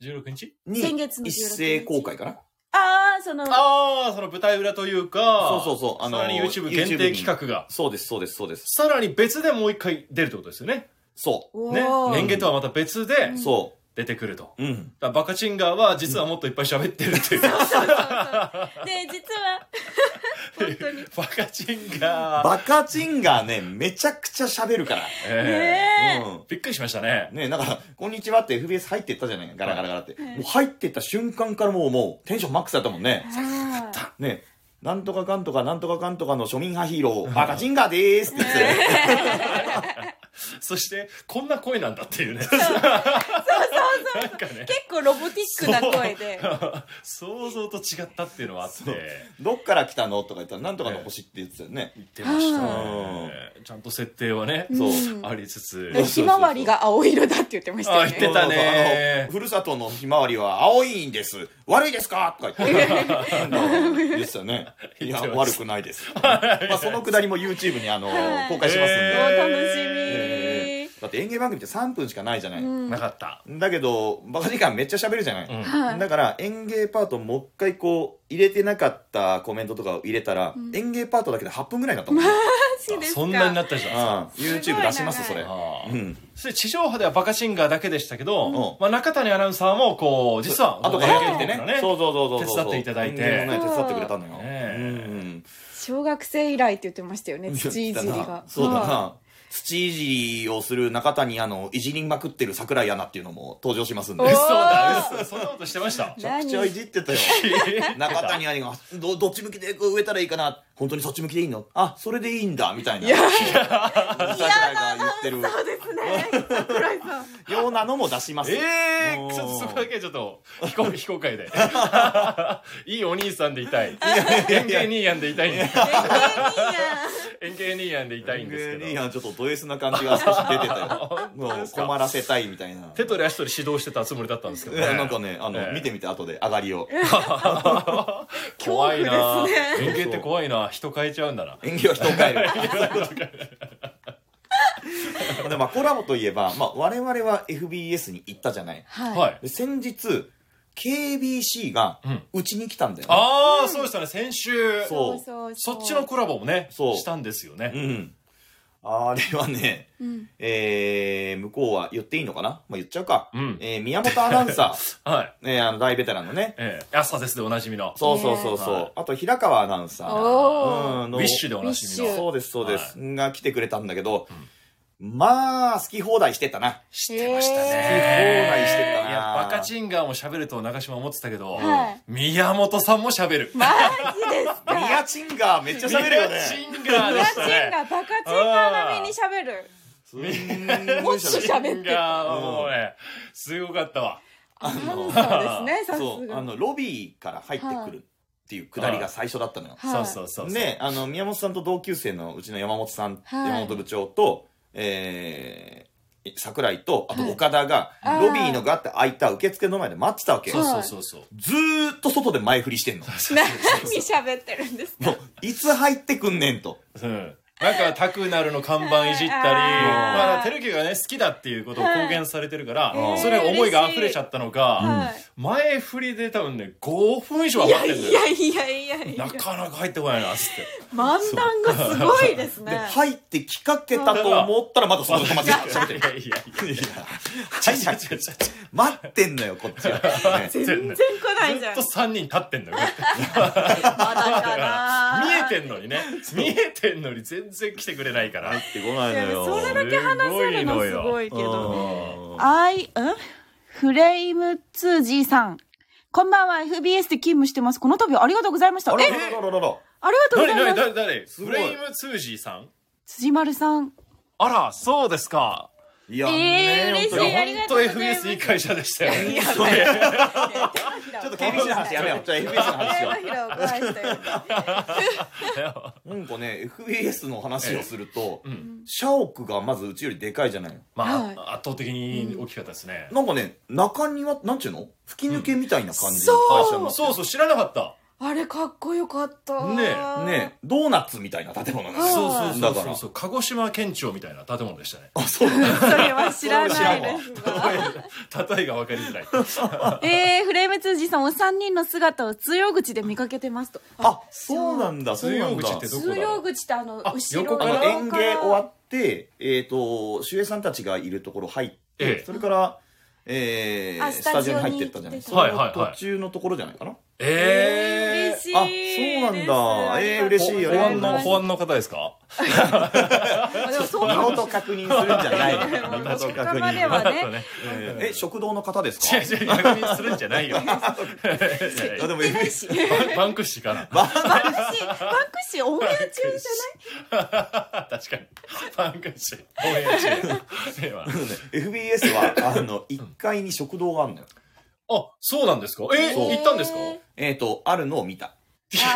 Speaker 5: 16日
Speaker 3: に
Speaker 4: 先月の16日
Speaker 3: 一斉公開かな
Speaker 4: ああその
Speaker 5: ああ、その舞台裏というか、
Speaker 3: そうそうそうあの
Speaker 5: さらに YouTube 限定企画が、
Speaker 3: そうですそうですそうです
Speaker 5: さらに別でもう一回出るってことですよね。
Speaker 3: そ
Speaker 4: お
Speaker 5: ね。
Speaker 4: ー
Speaker 5: 年芸とはまた別で
Speaker 3: うそ
Speaker 5: 出てくると。
Speaker 3: ううん
Speaker 5: だからバカチンガーは実はもっといっぱい喋ってるっていう。
Speaker 4: そうそうそうで実 は本当に
Speaker 5: バカチンガー。
Speaker 3: バカチンがねめちゃくちゃ喋るから
Speaker 5: え
Speaker 4: ね
Speaker 3: うん
Speaker 5: えびっくりしましたね。
Speaker 3: ねだから、こんにちはって FBS 入ってったじゃないガラガラガラって。もう入ってった瞬間からもう、もう、テンションマックスだったもんね。
Speaker 4: あー
Speaker 3: ねなんとかかんとかなんとかかんとかの庶民派ヒーロー、 バカチンガーでーすって言ってたよ
Speaker 5: そして、こんな声なんだっていうね。なんか
Speaker 4: 結
Speaker 5: ね、
Speaker 4: 構ロボティックな声で
Speaker 5: 想像と違ったっていうのはあって、
Speaker 3: どっから来たのとか言ったら、なんとかの星って言ってたよ ね。
Speaker 5: 言ってました
Speaker 3: うん
Speaker 5: ね。ちゃんと設定はね、
Speaker 3: そう。
Speaker 5: ありつつ。
Speaker 3: そう
Speaker 4: ひまわりが青色だって言ってましたよ
Speaker 5: あ言って
Speaker 4: ね
Speaker 5: たね
Speaker 3: あのふるさとのひまわりは青いんです。悪いですかとか言ってた。言ってたね。いや、
Speaker 5: 言ってま
Speaker 3: 悪
Speaker 5: し
Speaker 3: くない です。まあ、そのくだりも YouTube にあの、
Speaker 4: はい
Speaker 3: 公開しますん
Speaker 4: お
Speaker 5: へ
Speaker 3: で。
Speaker 4: 楽し
Speaker 5: え
Speaker 4: み
Speaker 3: だって演芸番組って3分しかないじゃない。
Speaker 5: なかった。
Speaker 3: だけどバカ時間めっちゃ喋るじゃない、
Speaker 5: うん
Speaker 4: はい
Speaker 3: だから演芸パートもう一回こう入れてなかったコメントとかを入れたら、演芸パートだけで8分ぐらいになったもん、ね
Speaker 4: マジですか
Speaker 5: そんなになったじ
Speaker 3: うん、
Speaker 5: ゃん。
Speaker 4: すご
Speaker 3: YouTube
Speaker 4: い
Speaker 3: 出しますそ
Speaker 4: 長
Speaker 3: れ
Speaker 4: い
Speaker 5: あ
Speaker 3: うん
Speaker 5: それ地上波ではバカシンガーだけでしたけど、
Speaker 3: ん
Speaker 5: まあ、中谷アナウンサーもこう実は
Speaker 3: 後からやってきて
Speaker 5: こ
Speaker 3: ねそうそうそうそうそう
Speaker 5: 手伝っていただいて
Speaker 3: 演芸もね手伝ってくれたのよ、
Speaker 5: ね
Speaker 3: うん
Speaker 4: 小学生以来って言ってましたよね土いじりが
Speaker 3: そうだ
Speaker 4: は
Speaker 3: な土いじりをする中谷あのいじりまくってる桜井アナっていうのも登場しますんで
Speaker 4: お
Speaker 3: め
Speaker 4: ー
Speaker 3: ち
Speaker 5: 嘘だ嘘そんなことしてました
Speaker 4: い
Speaker 3: ゃくちゃいじってたよ中谷兄がどどっち向きでこう植えたらいいかな本当にそっち向きでいいのあそれでいいんだみたいな桜井が言ってる
Speaker 4: そうですね桜 井さん
Speaker 3: ようなのも出しますよ
Speaker 5: ええ
Speaker 3: お
Speaker 5: ー、
Speaker 3: ー
Speaker 5: ちょっとそこだけちょっと非公非 公開でいいお兄さんでいたい園芸兄やんでいたいんで
Speaker 4: えー
Speaker 5: 園芸兄やんでいたいんです
Speaker 3: い
Speaker 5: け
Speaker 3: い
Speaker 5: ど
Speaker 3: やんちょっとド S な感じが少し出てたよもう
Speaker 5: ですか
Speaker 3: 困らせたいみたいな
Speaker 5: 手取り足取り指導してたつもりだったんですけど
Speaker 3: い
Speaker 5: ね
Speaker 3: やなんかねあの、
Speaker 5: ええ
Speaker 3: 見てみて後で上がりを
Speaker 5: 怖いな、
Speaker 4: 恐怖です
Speaker 5: 園芸って怖いな人変えちゃうんだな
Speaker 3: 演技は人を変えるでまあコラボといえば、まあ、我々は FBS に行ったじゃない
Speaker 4: いや
Speaker 5: は
Speaker 4: はい
Speaker 5: い
Speaker 3: で先日 KBC がうちに来たんだよね、
Speaker 5: ああそうでしたね先週
Speaker 3: そう
Speaker 4: そうそう
Speaker 5: そっちのコラボもね
Speaker 3: そう
Speaker 5: したんですよね、
Speaker 3: うん。あれはね、
Speaker 4: うん
Speaker 3: えー、向こうは言っていいのかなまあ、言っちゃうか。
Speaker 5: うん
Speaker 3: えー、宮本アナウンサ ー、
Speaker 5: はい。
Speaker 3: ね、あの、大ベテランのね。
Speaker 5: ええ、朝ですでおなじみの。
Speaker 3: そうそうそうそう。
Speaker 5: ねはい
Speaker 3: あと、平川アナウンサー。
Speaker 4: お
Speaker 3: う
Speaker 4: ー
Speaker 3: ん
Speaker 5: ウィッシュでおなじみ
Speaker 4: ウィッシュ
Speaker 5: の。
Speaker 3: そうです、そうです、が来てくれたんだけど、まあ、好き放題してたな。
Speaker 5: 知ってました
Speaker 3: 好
Speaker 5: ね。
Speaker 3: き放題してたない
Speaker 5: や、バカチンガーも喋ると長島思ってたけど、
Speaker 4: はい
Speaker 5: 宮本さんも喋る。
Speaker 4: マジですか
Speaker 3: ミヤチンガーめっちゃ喋るよね
Speaker 5: バ。カチンガーで
Speaker 4: バカ
Speaker 5: し
Speaker 4: チ
Speaker 5: た
Speaker 4: ン
Speaker 5: ね。
Speaker 4: がバカチンが並みに喋る
Speaker 3: すんごい喋る
Speaker 4: もっと
Speaker 5: バカ
Speaker 4: 喋
Speaker 5: チ
Speaker 4: る
Speaker 5: ンガーはもうね、すごかったわ。
Speaker 4: アナウンサーですねさ
Speaker 3: そ
Speaker 4: す
Speaker 3: う、あ
Speaker 4: が
Speaker 3: の、ロビーから入ってくるっていうくだりが最初だったのよ。
Speaker 4: はい
Speaker 5: そうそうそうそう。
Speaker 3: ね、あの宮本さんと同級生のうちの山本さん、
Speaker 4: はい
Speaker 3: 山本部長と、えー桜井と、あと岡田が、ロビーのがあって開いた受付の前で待ってたわけ
Speaker 5: そう
Speaker 3: よ。
Speaker 5: そうそうそう。
Speaker 3: ずーっと外で前振りしてんの。
Speaker 4: 何喋ってるんですか
Speaker 3: もう、いつ入ってくんねんと。
Speaker 5: うんなんかタクナルの看板いじったり、
Speaker 4: あー
Speaker 5: まあ、テルキがね、好きだっていうことを公言されてるから、
Speaker 4: はい
Speaker 5: それに思いが溢れちゃった
Speaker 4: は
Speaker 5: のか、
Speaker 4: い
Speaker 5: 前振りで多分ね、5分以上は待ってんだよ。
Speaker 4: いやいやいやいや
Speaker 5: なかなか入ってこないな、つ って。
Speaker 4: 漫談がすごいです
Speaker 3: で、
Speaker 4: ね
Speaker 3: 入ってきかけたと思ったら、まだその止まって喋ってる。
Speaker 5: いやいやいやいや。
Speaker 3: はいはい待ってんのよ、こっちは。ね
Speaker 4: 全然来ないじ
Speaker 5: ず
Speaker 4: ゃ
Speaker 5: っ
Speaker 4: ん
Speaker 5: と3人立ってんだよ。
Speaker 4: まだかな
Speaker 5: 見えてんのにね。見えてんのに全然来てくれない から。
Speaker 3: 入ってこない
Speaker 4: いや
Speaker 3: のよ。
Speaker 4: それだけ話せるのすごいけどね
Speaker 5: うん
Speaker 4: あい、んフレイムツージーさん。こんばんは、FBS で勤務してます。この度ありがとうございました。え、あ
Speaker 3: あら
Speaker 4: り
Speaker 3: ららららら。
Speaker 4: がとうご
Speaker 5: 誰
Speaker 4: ざい
Speaker 5: 誰
Speaker 4: ます。
Speaker 5: 誰誰
Speaker 3: ご
Speaker 5: フ
Speaker 3: い
Speaker 5: レイムツージーさん
Speaker 4: 辻丸さん。
Speaker 5: あら、そうですか。
Speaker 3: いや、
Speaker 4: えー
Speaker 3: ね
Speaker 4: 嬉しい
Speaker 3: 本
Speaker 5: い
Speaker 3: 当に
Speaker 5: や
Speaker 4: ありが
Speaker 5: 本
Speaker 4: と
Speaker 5: 当
Speaker 4: うございます
Speaker 5: FBS いい会社でしたよね。
Speaker 3: ちょっと KBC の話やめよう。じゃあ FBS の話しよう。なんかね、FBS の話をすると、
Speaker 5: うん
Speaker 3: 社屋がまずうちよりでかいじゃないの。
Speaker 5: まあ、
Speaker 4: はい
Speaker 5: 圧倒的に大きかったですね。
Speaker 3: なんかね、中庭、なんちゅうの吹き抜けみたいな感じの
Speaker 4: うん
Speaker 3: 会社の。
Speaker 5: そうそう、知らなかった。
Speaker 4: あれかっこよかった。
Speaker 5: ね
Speaker 3: ねドーナツみたいな建物なの
Speaker 4: うん
Speaker 3: よ
Speaker 5: そうそうそう
Speaker 3: だか
Speaker 5: そ
Speaker 3: ら
Speaker 5: うそう、鹿児島県庁みたいな建物でしたね。
Speaker 3: あ、 そうだね。
Speaker 4: それは知らないですが。
Speaker 5: 例えが分かりづらい。
Speaker 4: えー、フレイムツージーさん、お三人の姿を通用口で見かけてますと。
Speaker 3: あ、そうなんだ、そう
Speaker 5: 通
Speaker 3: な
Speaker 5: 用
Speaker 3: んだ
Speaker 5: 口。ってどこ
Speaker 4: 通
Speaker 5: だ
Speaker 4: 用口ってあの、
Speaker 5: あ
Speaker 4: 後ろ
Speaker 5: 横
Speaker 3: あ
Speaker 5: から
Speaker 3: の、園芸終わ
Speaker 4: っ
Speaker 3: って、えっと、守衛さんたちがいるところ入っ
Speaker 5: ええ
Speaker 3: て、それから、え
Speaker 4: あ
Speaker 3: ー、スタジオに入ってったじゃない
Speaker 4: ス
Speaker 3: そ
Speaker 4: タジオ
Speaker 5: は
Speaker 3: の
Speaker 5: いはいは
Speaker 3: 途
Speaker 5: い。
Speaker 3: 中のところじゃないかな。
Speaker 5: え
Speaker 4: 嬉しい
Speaker 3: あそうなんだえー
Speaker 4: です
Speaker 3: 嬉しいよ
Speaker 5: 保
Speaker 3: あ
Speaker 5: 安
Speaker 3: り
Speaker 5: の
Speaker 3: が
Speaker 5: 保安の方ですか？
Speaker 4: あでもそう
Speaker 3: 身
Speaker 4: かも
Speaker 3: 元確認するんじゃない の身元確
Speaker 4: 他まで
Speaker 3: 認。
Speaker 4: はね
Speaker 3: え、食堂の方ですか
Speaker 5: 違う違う確認するんじ ゃない
Speaker 3: い
Speaker 5: よ。
Speaker 3: やでも
Speaker 4: 言ってない
Speaker 3: FBS
Speaker 4: し。
Speaker 5: バンクシーかな。
Speaker 4: バンクシー、バンクシーオンエア中じゃない
Speaker 5: 確かに。バンクシー。応援してる
Speaker 3: FBS は、あの、1階に食堂があるのよ。
Speaker 5: あ、そうなんですか。え、
Speaker 3: そう
Speaker 5: 行ったんですか？
Speaker 3: えっと、あるのを見た。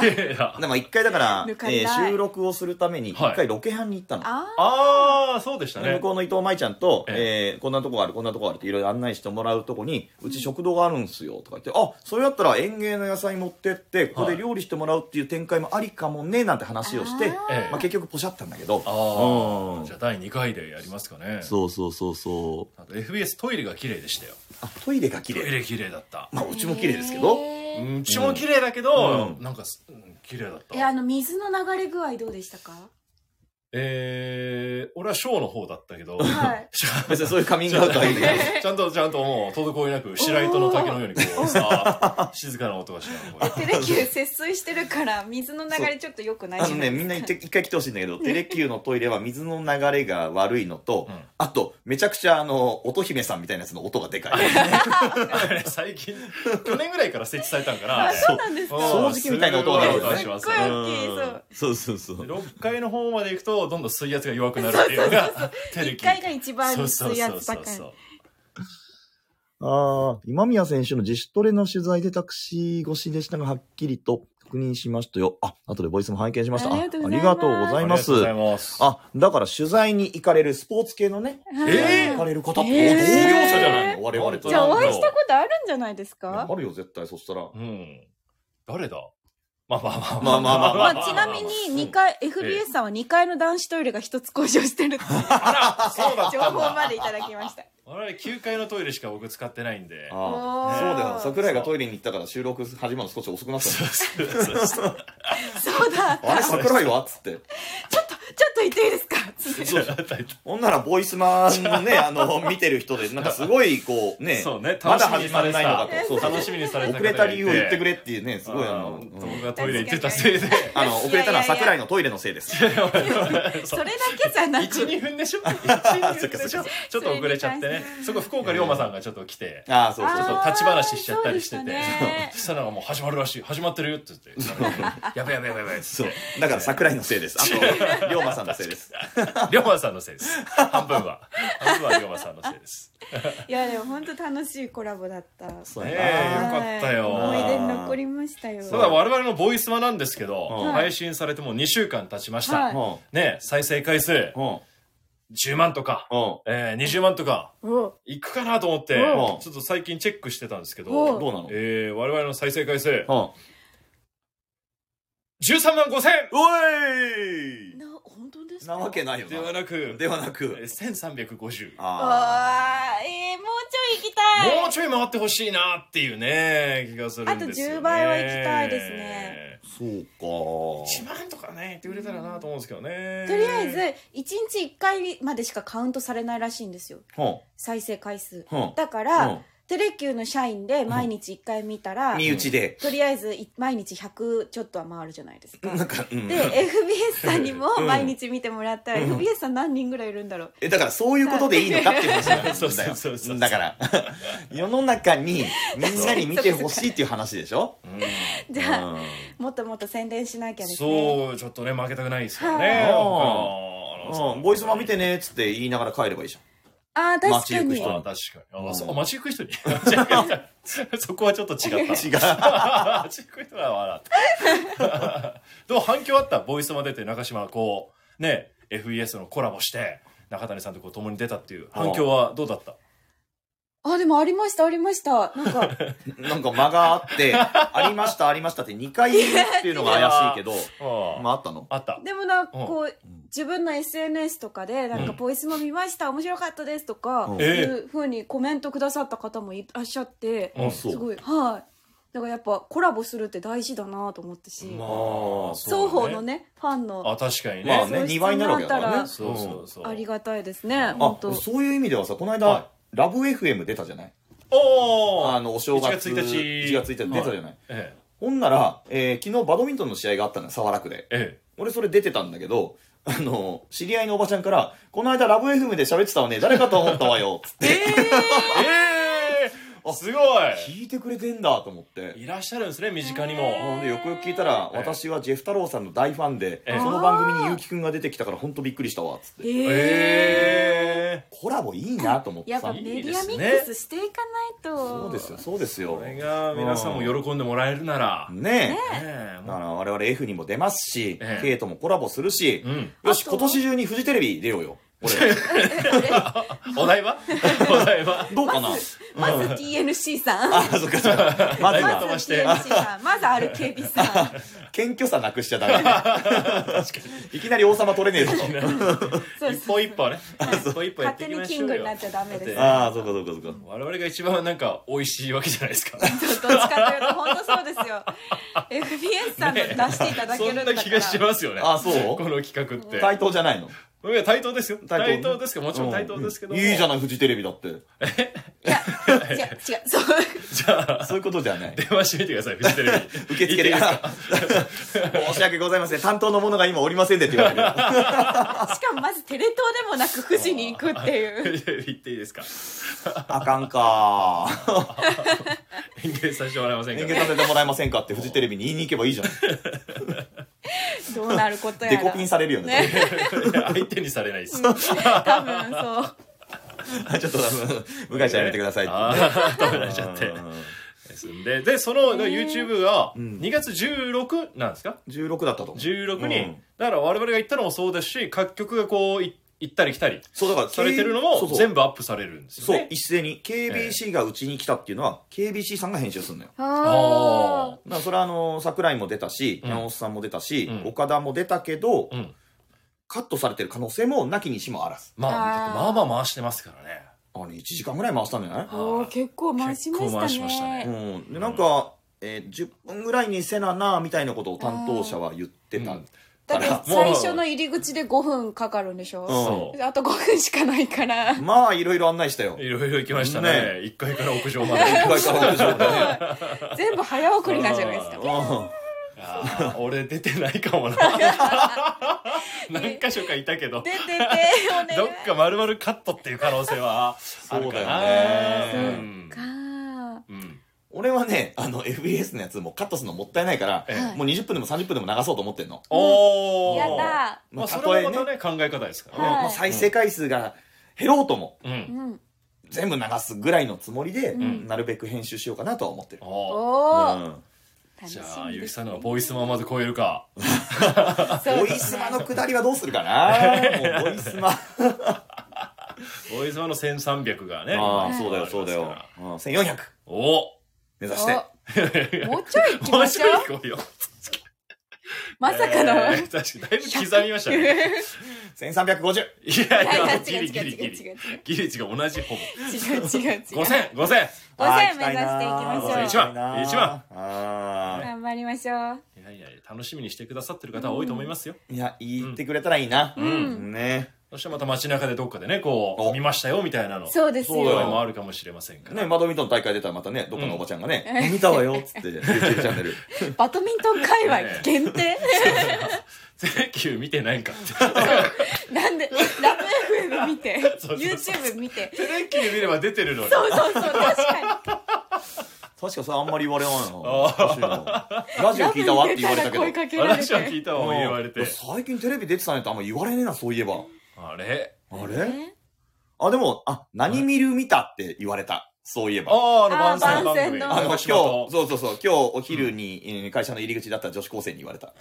Speaker 5: いや。
Speaker 3: でも一回だから、え
Speaker 4: 抜かれない
Speaker 3: ー収録をするために、
Speaker 5: はい
Speaker 3: 一回ロケハンに行ったの。
Speaker 4: あ
Speaker 5: ああ、そうでした
Speaker 3: で
Speaker 5: ね
Speaker 3: 向。こうの伊藤舞ちゃんと、
Speaker 5: え
Speaker 3: えーこんなとこがある、こんなとこがあるっていろいろ案内してもらうとこに、うち食堂があるんすよとか言って、あ、それだったら園芸の野菜持ってって、ここで料理してもらうっていう展開もありかもね、なんて話をして、
Speaker 4: あ
Speaker 5: ええ
Speaker 3: まあ結局ポシャったんだけど。
Speaker 5: あ
Speaker 3: う
Speaker 5: あ、
Speaker 3: ん
Speaker 5: じゃあ第2回でやりますかね。
Speaker 3: そうそうそうそう。
Speaker 5: あと FBS トイレが綺麗でしたよ。
Speaker 3: あ、トイレが綺
Speaker 5: トイ
Speaker 3: 麗。
Speaker 5: レ綺麗だった。
Speaker 3: まあうちも綺麗ですけど。
Speaker 5: うんうちも綺麗だけど、
Speaker 3: うん
Speaker 5: なんかすうん綺麗だっ
Speaker 4: え、あ
Speaker 5: た。
Speaker 4: の、水の流れ具合どうでしたか
Speaker 5: えー、俺はショーの方だったけど、
Speaker 4: はい。
Speaker 3: 別にそういうカミングアウトはいいんだけど。
Speaker 5: ちゃんとちゃんともう滞りなく白糸の滝のようにこ うさ、静かな音がしながらこ
Speaker 4: テレキュー節水してるから、水の流れちょっと良くない
Speaker 3: あ
Speaker 4: じ
Speaker 3: の
Speaker 4: ゃな
Speaker 3: ね、
Speaker 4: い
Speaker 3: みんな 一回一回来てほしいんだけど、テレキューのトイレは水の流れが悪いのと、
Speaker 5: うん
Speaker 3: あと、めちゃくちゃあの、乙姫さんみたいなやつの音がでかい。
Speaker 5: うあれ 最近、去年ぐらいから設置されたんかな。
Speaker 4: そうなんですか
Speaker 5: うん
Speaker 3: 掃除機みたいな音が
Speaker 5: す
Speaker 3: 鳴る
Speaker 5: ごい
Speaker 3: よ
Speaker 5: 音
Speaker 3: ね
Speaker 5: がします
Speaker 4: すっごい大きいそう
Speaker 3: そうそうそうそう。
Speaker 5: 6階の方まで行くとどんどん水圧が弱くなるっていうのが テレ
Speaker 4: 一
Speaker 5: キ
Speaker 4: 回が一番
Speaker 5: そうそう
Speaker 4: 水
Speaker 5: そう
Speaker 4: 圧
Speaker 5: そ
Speaker 4: 高
Speaker 5: う
Speaker 4: い。
Speaker 5: そう
Speaker 3: ああ、今宮選手の自主トレの取材でタクシー越しでしたが、はっきりと確認しましたよ。あ、後でボイスも拝見しました。
Speaker 4: ありがとうございま
Speaker 3: あり
Speaker 4: す
Speaker 3: がとうご
Speaker 5: ありが
Speaker 3: ざ
Speaker 5: と
Speaker 3: いうます。
Speaker 5: ございます。
Speaker 3: あ、だから取材に行かれるスポーツ系のね、
Speaker 4: はい
Speaker 5: え
Speaker 3: 取材に
Speaker 5: ー
Speaker 3: 行かれる方って、
Speaker 4: えー
Speaker 3: 同業者じゃないの我々と。
Speaker 4: じゃあ、お会いしたことあるんじゃないですか
Speaker 3: あるよ、絶対、そしたら。
Speaker 5: うん。誰だまあまあまあ
Speaker 3: まあまあまあ
Speaker 4: まあ、ちなみに二階、FBS さんは2階の男子トイレが一つ故障してるっていう
Speaker 5: あらそうだったん
Speaker 4: 情
Speaker 5: だ
Speaker 4: 報までいただきました。
Speaker 5: 我々9階のトイレしか僕使ってないんで。
Speaker 3: あ
Speaker 4: おー
Speaker 3: あそうだよ桜井がトイレに行ったから収録始まるの少し遅くなったんだ
Speaker 4: そうだ、ち ょ
Speaker 3: あれ桜井はっつって
Speaker 4: っと、ちょっと言っていいですかつ って
Speaker 5: そうだった
Speaker 3: ほんならボイスマンの ねあの見てる人でなんかすごいこうね
Speaker 5: そうね、
Speaker 3: ま
Speaker 5: 楽
Speaker 3: だ
Speaker 5: しみ
Speaker 3: 始
Speaker 5: にさ
Speaker 3: まら
Speaker 5: れて
Speaker 3: ないのかとそうそ
Speaker 5: た。
Speaker 3: う
Speaker 5: 楽しみにされた方
Speaker 3: 遅
Speaker 5: が
Speaker 3: れ
Speaker 5: いて。
Speaker 3: た理由を言ってくれっていうねすごいあのう
Speaker 5: あー
Speaker 3: ん
Speaker 5: 僕がトイレ行ってたせいで。
Speaker 3: あの遅れたのは桜井のトイレのせいです
Speaker 4: それだけじゃな
Speaker 5: 1、
Speaker 4: く、
Speaker 5: 2分でし ょ ?1、2分でしょ
Speaker 3: そ
Speaker 5: ちょっと遅れちゃってね。そこ福岡龍馬さんがちょっと来て、ちょ
Speaker 3: ああそう
Speaker 5: っ
Speaker 3: そうそう
Speaker 5: と立ち話しちゃったりして
Speaker 4: そう
Speaker 5: て
Speaker 4: でしたね。
Speaker 5: そしたらなんかもう始まるらしい。始まってるよって言って。やべやべやべやべっつ
Speaker 3: そ
Speaker 5: っ
Speaker 3: うだから桜井のせいですあと龍馬さんのせいです
Speaker 5: て。龍馬さんのせいです。半分は。半分は龍馬さんのせい です。
Speaker 4: いやでも本当楽しいコラボだった。
Speaker 3: そう
Speaker 5: ね
Speaker 3: やな
Speaker 5: え、よかったよ。
Speaker 4: はい思い出に残りましたよ。
Speaker 5: ただ我々のボイスマなんですけど、
Speaker 3: うん
Speaker 5: 配信されてもう2週間経ちました、
Speaker 4: はい
Speaker 3: うん
Speaker 5: ね再生回数
Speaker 3: うん
Speaker 5: 10万とか、
Speaker 3: う
Speaker 5: えー、20万とか、
Speaker 4: お
Speaker 5: いくかなと思って、
Speaker 3: うん
Speaker 5: ちょっと最近チェックしてたんですけ
Speaker 4: うん
Speaker 5: ど、
Speaker 3: ん。どうなの
Speaker 5: えー、我々の再生回数、
Speaker 3: うん。
Speaker 5: 13万5千
Speaker 3: お
Speaker 4: な本当です
Speaker 3: い
Speaker 4: か
Speaker 3: なわけないよ
Speaker 5: では
Speaker 3: な。
Speaker 5: なく、
Speaker 3: ではな
Speaker 5: え
Speaker 3: く。
Speaker 5: ー1350。
Speaker 3: あ
Speaker 4: あーえー、もうちょい行きたい
Speaker 5: もうちょい回ってほしいなっていうね、気がするんですよ、
Speaker 4: あと10
Speaker 5: ね。
Speaker 4: 倍は行きたいですね
Speaker 3: あ。そう
Speaker 5: 1万とかね、言ってくれたらなと思うんですけどね。
Speaker 4: とりあえず、1日1回までしかカウントされないらしいんですよ
Speaker 3: か。は
Speaker 4: 再生回数
Speaker 3: あ。は
Speaker 4: だか
Speaker 3: あ。
Speaker 4: ら、
Speaker 3: うん
Speaker 4: テレキューの社員で毎日1回見たら、
Speaker 3: 身内で。
Speaker 4: とりあえずい毎日100ちょっとは回るじゃないですか
Speaker 3: なんか、うん。
Speaker 4: で FBS さんにも
Speaker 3: うん
Speaker 4: 毎日見てもらったら、
Speaker 3: うん
Speaker 4: FBS さん何人ぐらいいるんだろう
Speaker 3: えだからそういうことでいいのかっていう話なんだよ
Speaker 5: そうそうそうそう
Speaker 3: だから 世の中にみんなに見てほしいっていう話でしょ、
Speaker 5: うん
Speaker 4: じゃあ、
Speaker 3: うん
Speaker 4: もっともっと宣伝しなきゃですね
Speaker 5: そう、ちょっとね、負けたくないですよね。
Speaker 3: はい
Speaker 5: 他のアナウンサー
Speaker 3: うんボイスマ見てねっつって言いながら帰ればいいじ
Speaker 4: ああ確か
Speaker 3: 街行く
Speaker 4: に
Speaker 3: 人
Speaker 5: あ確かに。あ、
Speaker 3: うん
Speaker 5: そう、あ街行く人に。 そこはちょっと 違った。
Speaker 3: ゃん違う
Speaker 5: 街行く人は笑った。 でも反響あった。ボイスマ出て、中島、こう、ね、FES のコラボして、中谷さんとこう共に出たっていう反響はどうだった
Speaker 4: あでもありましたありましたなんか
Speaker 3: なんか間があって「ありましたありました」って2回言うっていうのが怪しいけど
Speaker 5: あ
Speaker 3: まああったの
Speaker 5: あった。
Speaker 4: でもなんか
Speaker 5: うん
Speaker 4: こう自分の SNS とかで「なんか
Speaker 5: うん
Speaker 4: ボイスも見ました面白かったです」とか、
Speaker 3: うん
Speaker 4: いうふうにコメントくださった方もいらっしゃって、
Speaker 5: うん
Speaker 3: そう
Speaker 4: すごいはいだからやっぱコラボするって大事だなと思ったし、
Speaker 5: ま
Speaker 3: あ
Speaker 5: そう
Speaker 4: 双
Speaker 5: ね
Speaker 4: 方のねファンの
Speaker 5: あ、確かに
Speaker 3: ま
Speaker 5: ね
Speaker 3: あ。ね
Speaker 4: そう
Speaker 3: 2倍になるわけだからね
Speaker 5: そうそうそう。
Speaker 4: ありがたいですね
Speaker 3: うんあ
Speaker 4: 本当
Speaker 3: そういう意味ではさこの間、
Speaker 5: はい
Speaker 3: ラブ FM 出たじゃない
Speaker 5: おー
Speaker 3: あのお正月
Speaker 5: 1月1日
Speaker 3: 1月1日出たじゃない、
Speaker 5: え
Speaker 3: ほんなら、えー昨日バドミントンの試合があったのよ早良区で
Speaker 5: え、え
Speaker 3: 俺それ出てたんだけど、あの、知り合いのおばちゃんから、この間ラブ FM で喋ってたわね、誰かと思ったわよ、つって。
Speaker 5: え。ええすごい
Speaker 3: 聞いてくれてんだと思って。
Speaker 5: いらっしゃるんですね、身近に
Speaker 3: ほ
Speaker 5: も。
Speaker 3: んで、よくよく聞いたら、
Speaker 5: ええ
Speaker 3: 私はジェフ太郎さんの大ファンで、
Speaker 5: ええ
Speaker 3: その番組に結城くんが出てきたから、ほんとびっくりしたわ、つって。
Speaker 4: え
Speaker 5: ええ
Speaker 3: コラボいいなと思って
Speaker 4: やっ
Speaker 3: さ
Speaker 4: ぱ。
Speaker 5: い
Speaker 4: メ
Speaker 5: い
Speaker 4: ディ
Speaker 5: で
Speaker 4: ア
Speaker 5: す
Speaker 4: ミ
Speaker 5: ね
Speaker 4: ックスしていかないと
Speaker 3: そうですよ、そうですよ
Speaker 5: こ。れが皆さんも喜んでもらえるなら、ね
Speaker 3: ねえ。
Speaker 5: え
Speaker 3: だ
Speaker 5: も
Speaker 3: から我々 F にも出ますし、
Speaker 5: ええ
Speaker 3: K ともコラボするし
Speaker 5: う、うん、
Speaker 3: よし、
Speaker 4: あと
Speaker 3: 今年中にフジテレビ出ようよ。俺、
Speaker 5: お台場お台場
Speaker 3: どうかな
Speaker 4: まず TNC さん
Speaker 3: あ、そっかそっか。まず
Speaker 4: ま
Speaker 3: は、
Speaker 4: ず TNC さんまず RKB さん
Speaker 3: 謙虚さなくしちゃダメ。いきなり王様取れねえぞと。
Speaker 4: そう
Speaker 5: 一
Speaker 4: そう
Speaker 5: 歩一歩ね一歩一歩やっ
Speaker 4: 勝
Speaker 5: て
Speaker 4: 手
Speaker 5: い
Speaker 4: に
Speaker 5: きま
Speaker 4: キ
Speaker 5: し
Speaker 4: ン
Speaker 5: ょ
Speaker 4: グ
Speaker 5: う
Speaker 4: に
Speaker 5: よ
Speaker 4: なっちゃダメです
Speaker 5: だっ
Speaker 3: ああ、そうかそうかそうか。
Speaker 5: 我々が一番なんか美味しいわけじゃないですか
Speaker 4: どっちかというと本当そうです よ FBS さんの出していただけ
Speaker 5: そ
Speaker 4: る
Speaker 5: ん
Speaker 4: んだ
Speaker 5: な
Speaker 4: から
Speaker 5: 気がしますよね
Speaker 3: あそう
Speaker 5: この企画って
Speaker 3: 対等じゃないの
Speaker 5: いや対等ですよ
Speaker 3: 対等
Speaker 5: 対等ですけどもちろん対等ですけども、
Speaker 3: いいじゃ
Speaker 5: ん
Speaker 3: ない、フジテレビだって。
Speaker 4: 違う違うそう
Speaker 5: じゃあ
Speaker 3: そういうことじゃない。
Speaker 5: 電話してみてくだ さいフジテレビ
Speaker 3: 受付で。 申し訳ございません。担当の者が今おりませんでって言われる。
Speaker 4: し かもまずテレ東でもなく富士に行くっていう
Speaker 5: フジテレビ行っていいですか
Speaker 3: あかんか。
Speaker 5: 演芸させてもらえませんか
Speaker 3: 演芸させてもらえませんかってフジテレビに言いに行けばいい じゃん。
Speaker 4: どうなることや
Speaker 3: デ
Speaker 4: ら
Speaker 3: コピンされるよね。
Speaker 4: ね
Speaker 5: 相手にされないです
Speaker 4: 多 分そう
Speaker 3: ちょっと、向井ちゃんやめてくださいって。
Speaker 5: あーダメになっちゃってですんででその YouTube が2月16なんですか
Speaker 3: 16だったと思う。
Speaker 5: 16に、
Speaker 3: うん
Speaker 5: だから我々が行ったのもそうですし各局がこうい行ったり来たり
Speaker 3: そうだから、
Speaker 5: されてるの
Speaker 3: そ
Speaker 5: も
Speaker 3: うそう
Speaker 5: 全部アップされるんですよ
Speaker 3: そう
Speaker 5: ね、。
Speaker 3: 一斉に KBC がうちに来たっていうのは、KBC さんが編集するのよ。
Speaker 4: あ
Speaker 5: ー
Speaker 3: だからそれはあの桜井も出たし、山本さんも出たし、
Speaker 5: うん
Speaker 3: 岡田も出たけど、
Speaker 5: うん
Speaker 3: カットされてる可能性もなきにしもあらず。
Speaker 5: まあ
Speaker 4: あー
Speaker 5: まあまあ回してますからね
Speaker 3: あれ、1時間ぐらい回したんじゃない
Speaker 4: あおー結構回しま
Speaker 5: 結構回しま
Speaker 4: し
Speaker 5: した
Speaker 4: た
Speaker 5: ね
Speaker 4: ね
Speaker 3: うん。で、なんか、えー10分ぐらいにせなな、みたいなことを担当者は言ってた
Speaker 5: うん
Speaker 4: だ
Speaker 3: か
Speaker 4: って
Speaker 3: ら、
Speaker 4: 最初の入り口で5分かかるんでし
Speaker 3: うん
Speaker 4: ょ、
Speaker 5: そ
Speaker 4: あと5分しかな いから
Speaker 3: まあ、いろいろ案内したよ
Speaker 5: う。いろいろ行きました
Speaker 3: ね
Speaker 5: ね一1階から屋上まで
Speaker 3: 一回から屋上までね
Speaker 4: 全部早送りなんじゃないですか
Speaker 5: あー俺出てないか もな何箇所かいたけど
Speaker 4: 出ててお願い
Speaker 5: どっか丸々カットっていう可能性はあ
Speaker 3: そ
Speaker 5: るかな
Speaker 3: うだよね
Speaker 5: ん
Speaker 4: かー
Speaker 5: うん
Speaker 3: 俺はね、あの、FBS のやつもうカットするのもったいないから、
Speaker 5: え
Speaker 4: はい
Speaker 3: もう20分でも30分でも流そうと思ってんの。
Speaker 5: おお
Speaker 4: やだ
Speaker 3: ま
Speaker 5: まあ
Speaker 3: あ、た
Speaker 5: それ
Speaker 3: とえ
Speaker 5: は
Speaker 3: ね
Speaker 5: またね考え方ですからね、
Speaker 4: はい
Speaker 3: まあ再生回数が減ろうとも、
Speaker 5: うん
Speaker 4: うん
Speaker 3: 全部流すぐらいのつもりで、
Speaker 4: うん
Speaker 3: なるべく編集しようかなとは思ってる。
Speaker 5: おー
Speaker 4: おお、
Speaker 3: うん
Speaker 4: 楽し
Speaker 5: じ
Speaker 4: みです
Speaker 5: ゃあゆきさんのボイスマまず超えるか
Speaker 4: そう
Speaker 3: ボイスマのくだりはどうするか なもうボイスマ
Speaker 5: ボイスマの1300がね
Speaker 3: ああ
Speaker 4: い
Speaker 3: そうだよそうだようん1400
Speaker 5: お
Speaker 3: 目指して
Speaker 4: おもうちょい行き
Speaker 5: 面
Speaker 4: ましょう
Speaker 5: 白い声よ
Speaker 4: まさかの、
Speaker 5: えー確かにだいぶ刻みま したね
Speaker 3: 1350
Speaker 5: いや
Speaker 4: いや
Speaker 5: いや
Speaker 4: 違う
Speaker 5: ギ
Speaker 4: 違う
Speaker 5: リギ
Speaker 4: 違う
Speaker 5: リギ
Speaker 4: 違う
Speaker 5: リ
Speaker 4: 違う
Speaker 5: ギリ違う同じほぼ
Speaker 4: 違う違う違う
Speaker 5: 5000 5000
Speaker 4: 5000目指していきましょう
Speaker 5: あー行きましょう
Speaker 3: 万
Speaker 4: 頑張りましょう
Speaker 5: いやいや楽しみにしてくださってる方は多いと思いますよ
Speaker 3: いや言ってくれたらいいなうんね
Speaker 5: そしてまた街中でどっかでねこ
Speaker 3: お
Speaker 5: う見ましたよみたいなの
Speaker 4: そうです
Speaker 3: そうだよ
Speaker 5: 声
Speaker 4: よ
Speaker 5: もあるかもしれませんから
Speaker 3: ねバドミントン大会出たらまたねどっかのおばちゃんがね「見たわよ」っつって YouTube チャンネル
Speaker 4: バドミントン界隈限定
Speaker 5: ゼレキュー見てないんかって
Speaker 4: なんでラブ FM 見て
Speaker 5: そうそうそう
Speaker 4: YouTube 見て
Speaker 5: ゼレキュー見れば出てるのに
Speaker 4: そうそうそう確か
Speaker 3: 確かそれあんまり言われないな
Speaker 5: あ
Speaker 3: おかしいなラジオ聞いたわって言われたけど
Speaker 4: に出ら声かけられ
Speaker 5: 話は聞
Speaker 4: て
Speaker 5: いたわ言われ
Speaker 3: う
Speaker 5: て
Speaker 3: ん最近テレビ出てたねってあんま言われねえなそういえば
Speaker 5: あれ
Speaker 3: あれ
Speaker 4: ね
Speaker 3: あでもあ何見る見たって言われたそういえば
Speaker 5: ああ
Speaker 4: あ
Speaker 5: の
Speaker 4: ー
Speaker 5: 番宣番組
Speaker 4: 番宣の
Speaker 3: あの、今
Speaker 5: 高
Speaker 3: 日、
Speaker 5: 島と
Speaker 3: そうそうそう、今日お昼に、えー会社の入り口だった女子高生に言われた。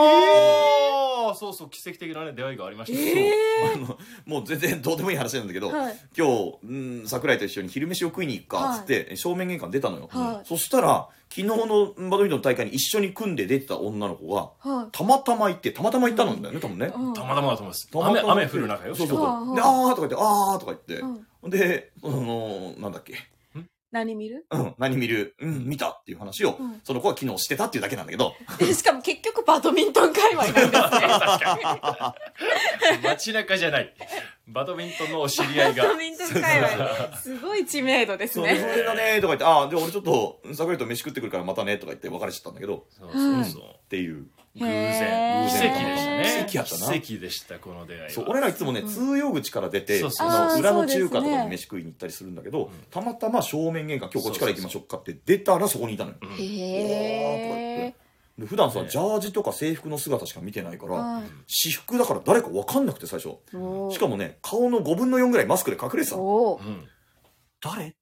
Speaker 5: ああそうそう奇跡的なね出会いがありました
Speaker 4: え
Speaker 5: よ
Speaker 3: あの、もう全然どうでもいい話なんだけど、
Speaker 4: はい
Speaker 3: 今日、うん、桜井と一緒に昼飯を食いに行くか、つって、正面玄関出たのよ。
Speaker 4: はい
Speaker 3: そしたら、昨日のバドミントンの大会に一緒に組んで出てた女の子が、
Speaker 4: は
Speaker 3: たまたま行って、たまたま行ったんだよね、多分ね。
Speaker 4: いうん
Speaker 5: たまたまだと思います
Speaker 3: たま
Speaker 5: 雨
Speaker 3: たま
Speaker 5: 雨降る中よ
Speaker 3: そうそう
Speaker 5: しかも
Speaker 3: そう。で、
Speaker 4: は
Speaker 3: あーとか言って、あーとか言って、で、あのーなんだっけ、
Speaker 4: 何見る
Speaker 3: うん、何見る、うん、見たっていう話を、
Speaker 4: うん
Speaker 3: その子は昨日してたっていうだけなんだけど、
Speaker 4: でしかも結局バドミントン界隈なんですね
Speaker 5: 街中じゃないバドミントンのお知り合い
Speaker 4: バ
Speaker 5: が
Speaker 4: ドミントン界隈すごい知名度です
Speaker 3: そう、
Speaker 4: ね
Speaker 3: それだねとか言って、ああ、じゃあ俺ちょっと、桜井と飯食ってくるからまたねとか言って別れちゃったんだけど、
Speaker 5: そうそうそう
Speaker 3: っていう。
Speaker 5: 偶然
Speaker 4: へー
Speaker 5: 奇跡でしたね
Speaker 3: 奇跡やったな
Speaker 5: 奇跡でしたこの出会いは
Speaker 3: そう、俺らいつもね、
Speaker 4: うん
Speaker 3: 通用口から出て、
Speaker 5: そうそうそう
Speaker 3: あ
Speaker 4: あ
Speaker 3: の
Speaker 4: ー
Speaker 3: 裏の中華とか
Speaker 4: そうです
Speaker 3: に
Speaker 4: ね
Speaker 3: 飯食いに行ったりするんだけど、
Speaker 5: ん
Speaker 3: たまたま正面玄関、今日こっちから行きましょうかって出たらそこにいたのよ。
Speaker 5: うん
Speaker 4: へえ
Speaker 3: で普段さ、
Speaker 5: ね
Speaker 3: ジャージとか制服の姿しか見てないから、
Speaker 4: はい
Speaker 3: 私服だから誰か分かんなくて最初。
Speaker 4: おー
Speaker 3: しかもね、顔の5分の4ぐらいマスクで隠れてたの。
Speaker 4: おー
Speaker 5: うん
Speaker 3: 誰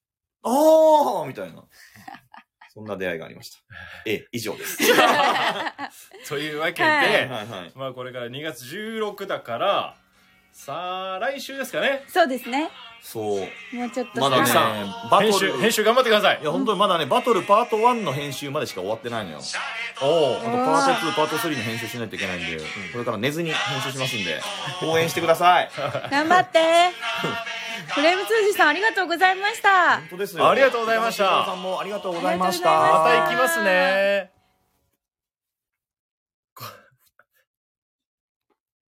Speaker 3: ああみたいな。 そんな出会いがありました。ええ、以上です。
Speaker 5: というわけで、
Speaker 4: はい
Speaker 3: はいはい。
Speaker 5: まあこれから2月16だからさあ来週ですかね
Speaker 4: そうですね
Speaker 3: そう。
Speaker 4: もうちょっと
Speaker 3: まだね
Speaker 4: さ
Speaker 3: バトル
Speaker 5: 編集編集頑張ってください
Speaker 3: いや、本当にまだね、バトルパート1の編集までしか終わってないのよ。
Speaker 1: シャレと
Speaker 5: おお
Speaker 3: あとパート2、パート3の編集しないといけないんで、これから寝ずに編集しますんで、応援してください。
Speaker 4: 頑張ってフレーム通じさんありがとうございました
Speaker 3: 本当ですよ。
Speaker 5: ありがとうございました
Speaker 3: 山下さんもありがとうございました。
Speaker 4: ありがとうござい
Speaker 5: ま
Speaker 4: した
Speaker 5: 行きますね